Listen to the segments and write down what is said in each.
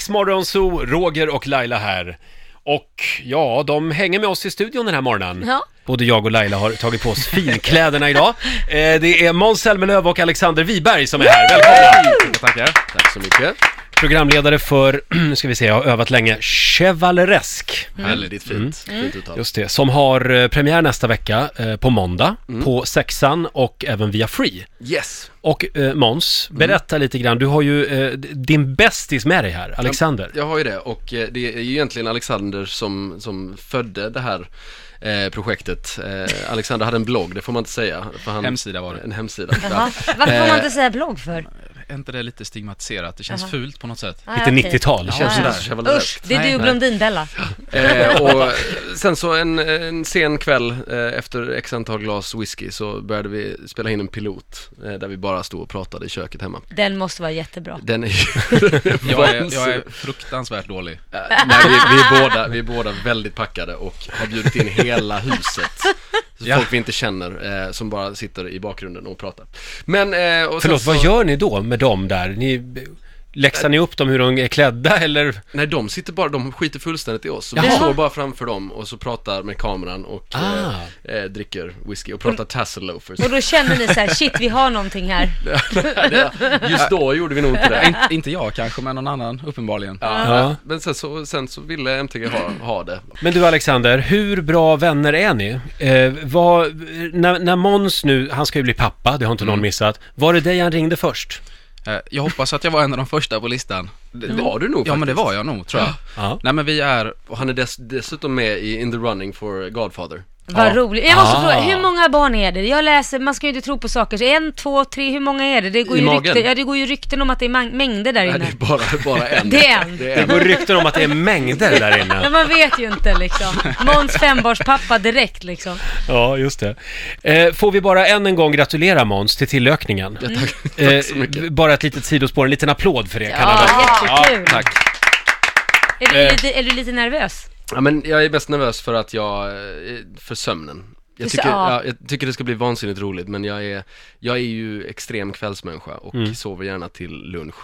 Riksmorgonzoo, Roger och Laila här. Och ja, de hänger med oss i studion den här morgonen. Ja. Både jag och Laila har tagit på oss finkläderna idag. Eh, det är Måns Zelmerlöw och Alexander Wiberg som är här. Välkomna! Tackar, Tack så mycket. Programledare för, nu ska vi se, jag har övat länge, Chevaleresk. Väldigt fint. Fint uttal. Just det, som har eh, premiär nästa vecka eh, på måndag Mm. på Sexan och även via Free. Yes. Och eh, Måns, Mm. berätta lite grann, du har ju eh, d- din bästis med dig här, Alexander. Jag har ju det och eh, det är ju egentligen Alexander som, som födde det här eh, projektet. Eh, Alexander hade en blogg, det får man inte säga. För han, Hemsida var det. En hemsida. Jaha. Varför får man inte säga blogg för? Är inte det lite stigmatiserat? Det känns Jaha. fult på något sätt. Ah, Lite okej. 90-tal. Känns Ja, ja. sådär, jag var lite Usch, det är Nej, du och nej. Blondinbella. Eh, och sen så en, en sen kväll eh, efter x antal glas whisky så började vi spela in en pilot eh, där vi bara stod och pratade i köket hemma. Den måste vara jättebra. Den är ju... Jag är, jag är fruktansvärt dålig. Eh, Nej, vi, vi, är båda, vi är båda väldigt packade och har bjudit in hela huset. Ja. Folk vi inte känner eh, som bara sitter i bakgrunden och pratar. Men, eh, och sen Förlåt, så, vad gör ni då med dem där? Ni, läxar ni upp dem hur de är klädda eller? Nej, de sitter bara, de skiter fullständigt i oss. Så vi Jaha. står bara framför dem och så pratar med kameran och Ah. eh, eh, dricker whisky och pratar tassel loafers. Och då känner ni så här, shit vi har någonting här. Just då gjorde vi nog inte det. In, inte jag kanske, men någon annan uppenbarligen. Ja. Men sen så, sen så ville MTG ha, ha det. Men du Alexander, hur bra vänner är ni? Eh, vad, när, när Måns nu, han ska ju bli pappa, det har inte någon missat. Var det dig han ringde först? Eh, Jag hoppas att jag var en av de första på listan. Det, Det var du nog Ja, men det faktiskt. var jag nog, tror jag. Ja. Nej, men vi är... Och han är dess, dessutom med i In the running for Godfather. Vad Ja. roligt. Jag måste Ah. fråga, hur många barn är det? Jag läser, man ska ju inte tro på saker. Så en, två, tre, hur många är det? Det går, I ju, magen? rykten, ja, det går ju rykten om att det är mang- mängder där Nej, det inne. är bara, bara en. Det är en. Det är Det en. går rykten om att det är mängder där inne. Men man vet ju inte liksom. Måns fembarnspappa direkt liksom. Ja, just det. Eh, får vi bara än en gång gratulera Måns till tillökningen? Tack så mycket. Eh, bara ett litet sidospår, en liten applåd för det kan jag Ja, väl- jättekul. Tack. Är, du Eh. lite, är du lite nervös? Ja, men jag är mest nervös för att jag, eh, för sömnen. Jag Just- tycker, ja. ja, jag tycker det ska bli vansinnigt roligt men jag är, jag är ju extrem kvällsmänniska och Mm. sover gärna till lunch.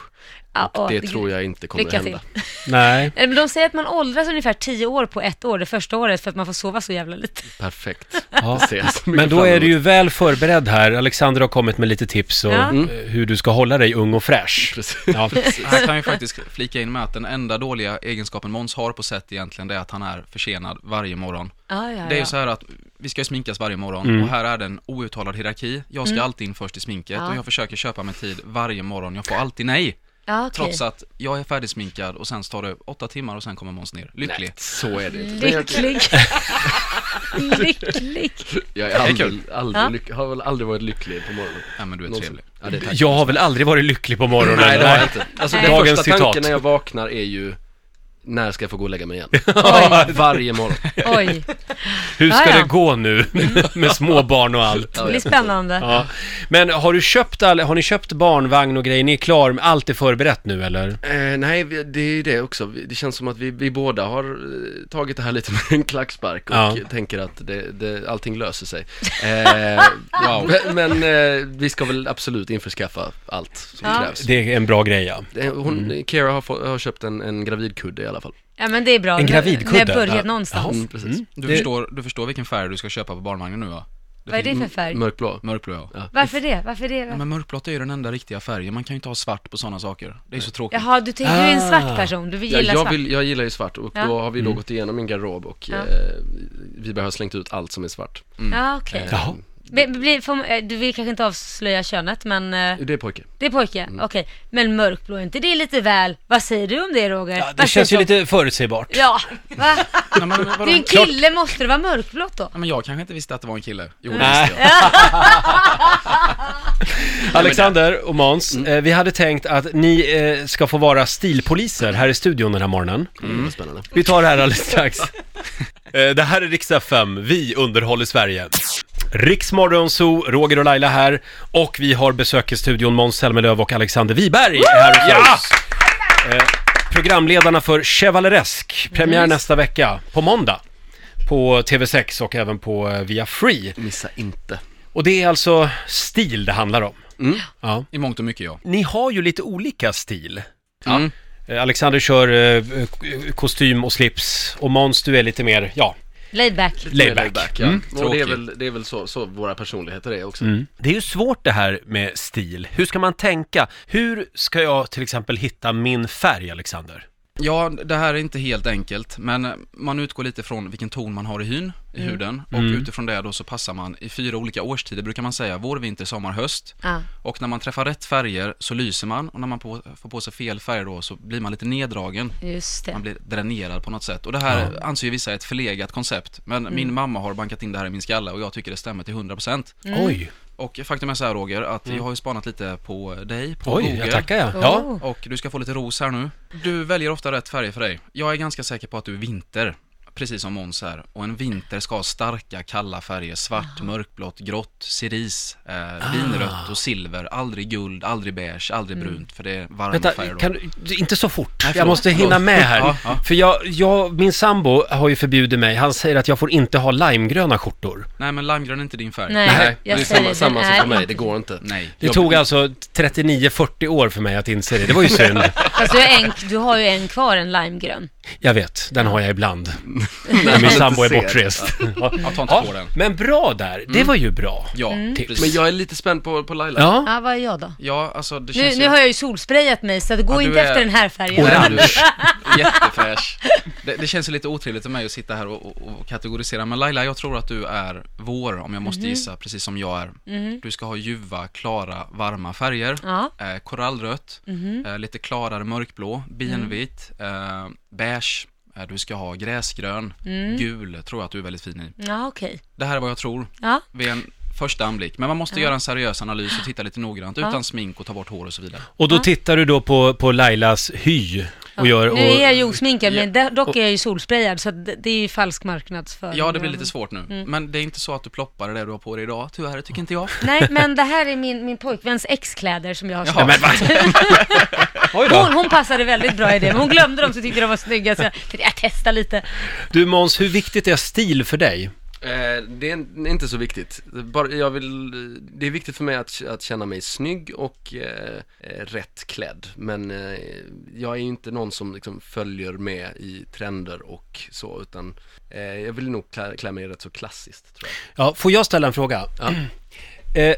Ja, och det tror jag inte kommer lycka hända. Nej. Nej, men De säger att man åldras ungefär 10 år på ett år, det första året, för att man får sova så jävla lite. Perfekt. Ja. Det ser jag så mycket Men då fram är emot. du ju väl förberedd här. Alexander har kommit med lite tips och Ja. Mm. eh, hur du ska hålla dig ung och fräsch. Precis. Ja. Ah, Här kan jag faktiskt flika in med att den enda dåliga egenskapen Måns har på sätt egentligen, det är att han är försenad varje morgon. Ja, ja, ja. Det är ju så här att vi ska ju sminkas varje morgon Mm. och här är det en outtalad hierarki. Jag ska alltid in först i sminket Mm. Ja. och jag försöker köpa mig tid varje morgon. Jag får alltid nej. ja, okej. Trots att jag är färdigsminkad och sen tar det åtta timmar och sen kommer Måns ner. Lycklig. Nej, så är det inte. Men jag- Lycklig. Lycklig. Jag är aldrig, Ja. aldrig, lyck- har väl aldrig varit lycklig på morgonen. Ja, men du är Någonsin. trevlig. Ja, det är tack. Jag har väl aldrig varit lycklig på morgonen? Nej, det har jag inte. Alltså den Dagens första tanken citat. när jag vaknar är ju, när ska jag få gå och lägga mig igen? Oj, Varje morgon. oj. Hur ska Ja, ja. det gå nu med små barn och allt? Det blir spännande. Ja. Men har, du köpt all, har ni köpt barnvagn och grejer? Ni är klar, med- allt är förberett nu eller? Eh, nej, vi- det är ju det också. Vi- Det känns som att vi, vi båda har eh, tagit det här lite med en klackspark och Ja. tänker att det, det, allting löser sig. Eh, Wow. Men, men eh, vi ska väl absolut införskaffa allt som Ja. krävs. Det är en bra grej ja. Eh, Hon, Kira har, få, har köpt en, en gravidkudde i alla fall. Ja, men det är bra. En gravidkudde? Vi har börjat Ja. någonstans. Mm, precis. Du, Det- förstår, du förstår vilken färg du ska köpa på barnvagnen nu va? Vad är det för färg? Mörkblå. Mörkblå ja. ja. Varför det? Varför det? men mörkblått är ju den enda riktiga färgen, man kan ju inte ha svart på sådana saker. Det är ju så tråkigt. Jaha, du, tänker, du är en Ah. svart person. Du Ja, vill gilla jag, svart. vill, jag gillar ju svart och Ja. då har vi då gått igenom min garderob och Ja. eh, vi har slängt ut allt som är svart. Ja, okej. Jaha. Be- bli- får- eh, Du vill kanske inte avslöja könet, men eh, Det är pojke. det är pojke. Okej. Men mörkblå, är inte det lite väl? Vad säger du om det, Roger? Ja, det Vad känns ju säger du om- lite förutsägbart. Ja, va? Nej, men, vadå? Det är en kille, måste det vara mörkblått då? Ja, men jag kanske inte visste att det var en kille. Jo, det Nej. visste jag. Alexander och Måns, eh, vi hade tänkt att ni eh, ska få vara stilpoliser här i studion den här morgonen. Mm. Vad spännande. Vi tar det här alldeles strax. Eh, Det här är Riksdag 5, vi underhåller Sverige. Riksmorgon Zoo, Roger och Laila här och vi har besök i studion Måns Zelmerlöw och Alexander Wiberg är här hos ja! Mm. oss. Eh, Programledarna för Chevaleresk, premiär nästa vecka på måndag på TV6 och även på eh, via Free. Missa inte. Och det är alltså stil det handlar om. Ja. I mångt och mycket ja. Ni har ju lite olika stil. Mm. Eh, Eh, Alexander kör eh, kostym och slips och Måns du är lite mer, ja, Laid back. laid back. ja. Mm. och det tråkig. är väl, det är väl så, så våra personligheter är också. Mm. Det är ju svårt det här med stil. Hur ska man tänka? Hur ska jag till exempel hitta min färg, Alexander? Ja, det här är inte helt enkelt, men man utgår lite från vilken ton man har i hyn, i Mm. huden, och utifrån det då så passar man i fyra olika årstider brukar man säga, vår, vinter, sommar, höst. Ja. Och när man träffar rätt färger så lyser man och när man på, får på sig fel färger då så blir man lite neddragen. Just det. Man blir dränerad på något sätt. Och det här anser ju vissa är ett förlegat koncept. Men min mamma har bankat in det här i min skalle och jag tycker det stämmer till 100%. Oj, Och faktum är så här Roger, att jag har ju spanat lite på dig, på oj, Google. jag tackar jag. Oh. Ja. Och du ska få lite ros här nu. Du väljer ofta rätt färger för dig. Jag är ganska säker på att du är vinter, precis som Måns här. Och en vinter ska ha starka, kalla färger. Svart, mörkblått, grått, cerise, eh, vinrött och silver. Aldrig guld, aldrig beige, aldrig brunt, för det är varma Vänta, färger då. kan du, inte så fort. jag förlåt, måste förlåt. hinna med här. Ja, ja. För jag, jag, min sambo har ju förbjudit mig. Han säger att jag får inte ha limegröna skjortor. Nej, men limegrön är inte din färg. Nej, Nej, det jag är säger samma, samma den som är för mig, inte- det går inte. Nej. Det tog alltså 39-40 år för mig att inse det. Det var ju synd. Fast du, är en, du har ju en kvar, en limegrön. Jag vet, den har jag ibland. När min sambo är ser. bortrest. Ja. Jag tar inte på den. men bra där. Det var ju bra. Ja, precis. Men jag är lite spänd på, på Laila. Ja. Ja, vad är jag då? Ja, alltså det Nu, känns nu ju... har jag ju solsprayat mig, så det går Ja, du inte är- efter den här färgen. Orange. Jättefräsch. Det, det känns ju lite otrevligt för mig att sitta här och, och, och kategorisera, men Laila, jag tror att du är vår, om jag måste gissa, precis som jag är. Du ska ha ljuva, klara, varma färger. Ja. Eh, korallrött, eh, lite klarare mörkblå, benvit, eh, beige. Eh, Du ska ha gräsgrön, gul tror jag att du är väldigt fin i. Ja, okej. Det här är vad jag tror Ja. vid en första anblick. Men man måste göra en seriös analys och titta lite noggrant utan smink och ta bort hår och så vidare. Och då tittar du då på, på Lailas hy och gör... Och, Nu är jag ju osminkad, men Ja. do- dock är jag ju solsprayad, så att det det är ju falsk marknadsföring. Ja, det blir lite svårt nu. Men det är inte så att du ploppar det du har på dig idag, tyvärr, tycker inte jag. Nej, men det här är min, min pojkväns exkläder som jag har Jaha. köpt. men va? Oj då. Hon, hon passade väldigt bra i det, men hon glömde dem så tyckte de var snygga, så jag tänkte jag testar lite. Du Måns, hur viktigt är stil för dig? Eh, det är n- inte så viktigt. Bara, jag vill, det är viktigt för mig att, att känna mig snygg och eh, eh, rätt klädd. Men eh, jag är ju inte någon som liksom följer med i trender och så, utan eh, jag vill nog klä, klä mig rätt så klassiskt tror jag. Ja, får jag ställa en fråga? Eh,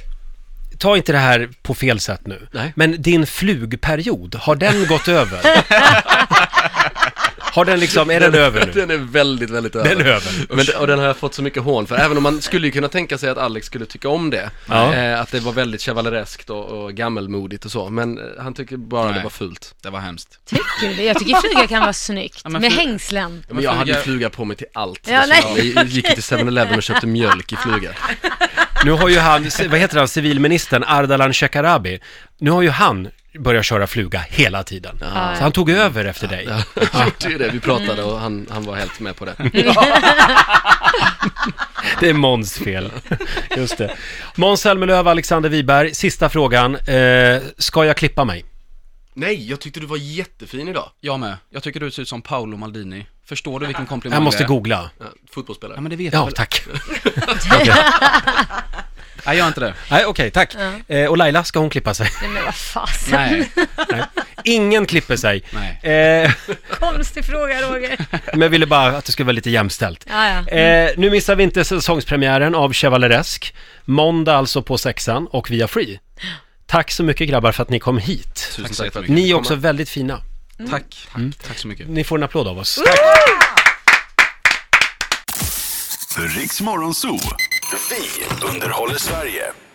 ta inte det här på fel sätt nu, Nej. men din flugperiod, har den gått över? har den liksom, är den över nu? Den är väldigt, väldigt över. Den är över. Men, och den har jag fått så mycket hån för, även om man skulle ju kunna tänka sig att Alex skulle tycka om det. Ja. Eh, att det var väldigt chevalereskt och, och gammelmodigt och så, men eh, han tycker bara det Nej. var fult. Det var hemskt. Tycker du det? Jag tycker flyga kan vara snyggt, Ja, men med flyga- hängslen. Men jag hade ju flyga- fluga på mig till allt. Ja, nej. dessutom. jag gick till 7-Eleven och köpte mjölk i fluga. Nu har ju han, vad heter han, civilministern, Ardalan Shekarabi, nu har ju han börjat köra fluga hela tiden. Så han tog över efter dig. Jag gjorde ju det, vi pratade och han, han var helt med på det. Det är Måns fel. Just det. Måns Zelmerlöw, Alexander Wiberg, sista frågan. Eh, ska jag klippa mig? Nej, jag tyckte du var jättefin idag. Jag med. Jag tycker du ser ut som Paolo Maldini. Förstår du vilken komplimang Jag måste det är? googla. Ja, Fotbollsspelare. men det vet jag Ja, väl. tack. Nej, jag är inte det. Nej, okej, tack. Eh, och Laila, ska hon klippa sig? Nej men vad fasen, Nej. Nej. Ingen klipper sig. Nej. Eh, konstig fråga Roger. men jag ville bara att det skulle vara lite jämställt. Ja, ja. Eh, nu missar vi inte säsongspremiären av Chevaleresk. Måndag alltså på sexan och via Free. Tack så mycket grabbar för att ni kom hit. Tack så jättemycket. Ni är också väldigt fina. Tack. Tack så mycket. Ni får en applåd av oss. Riks Morgonzoo. Vi underhåller Sverige.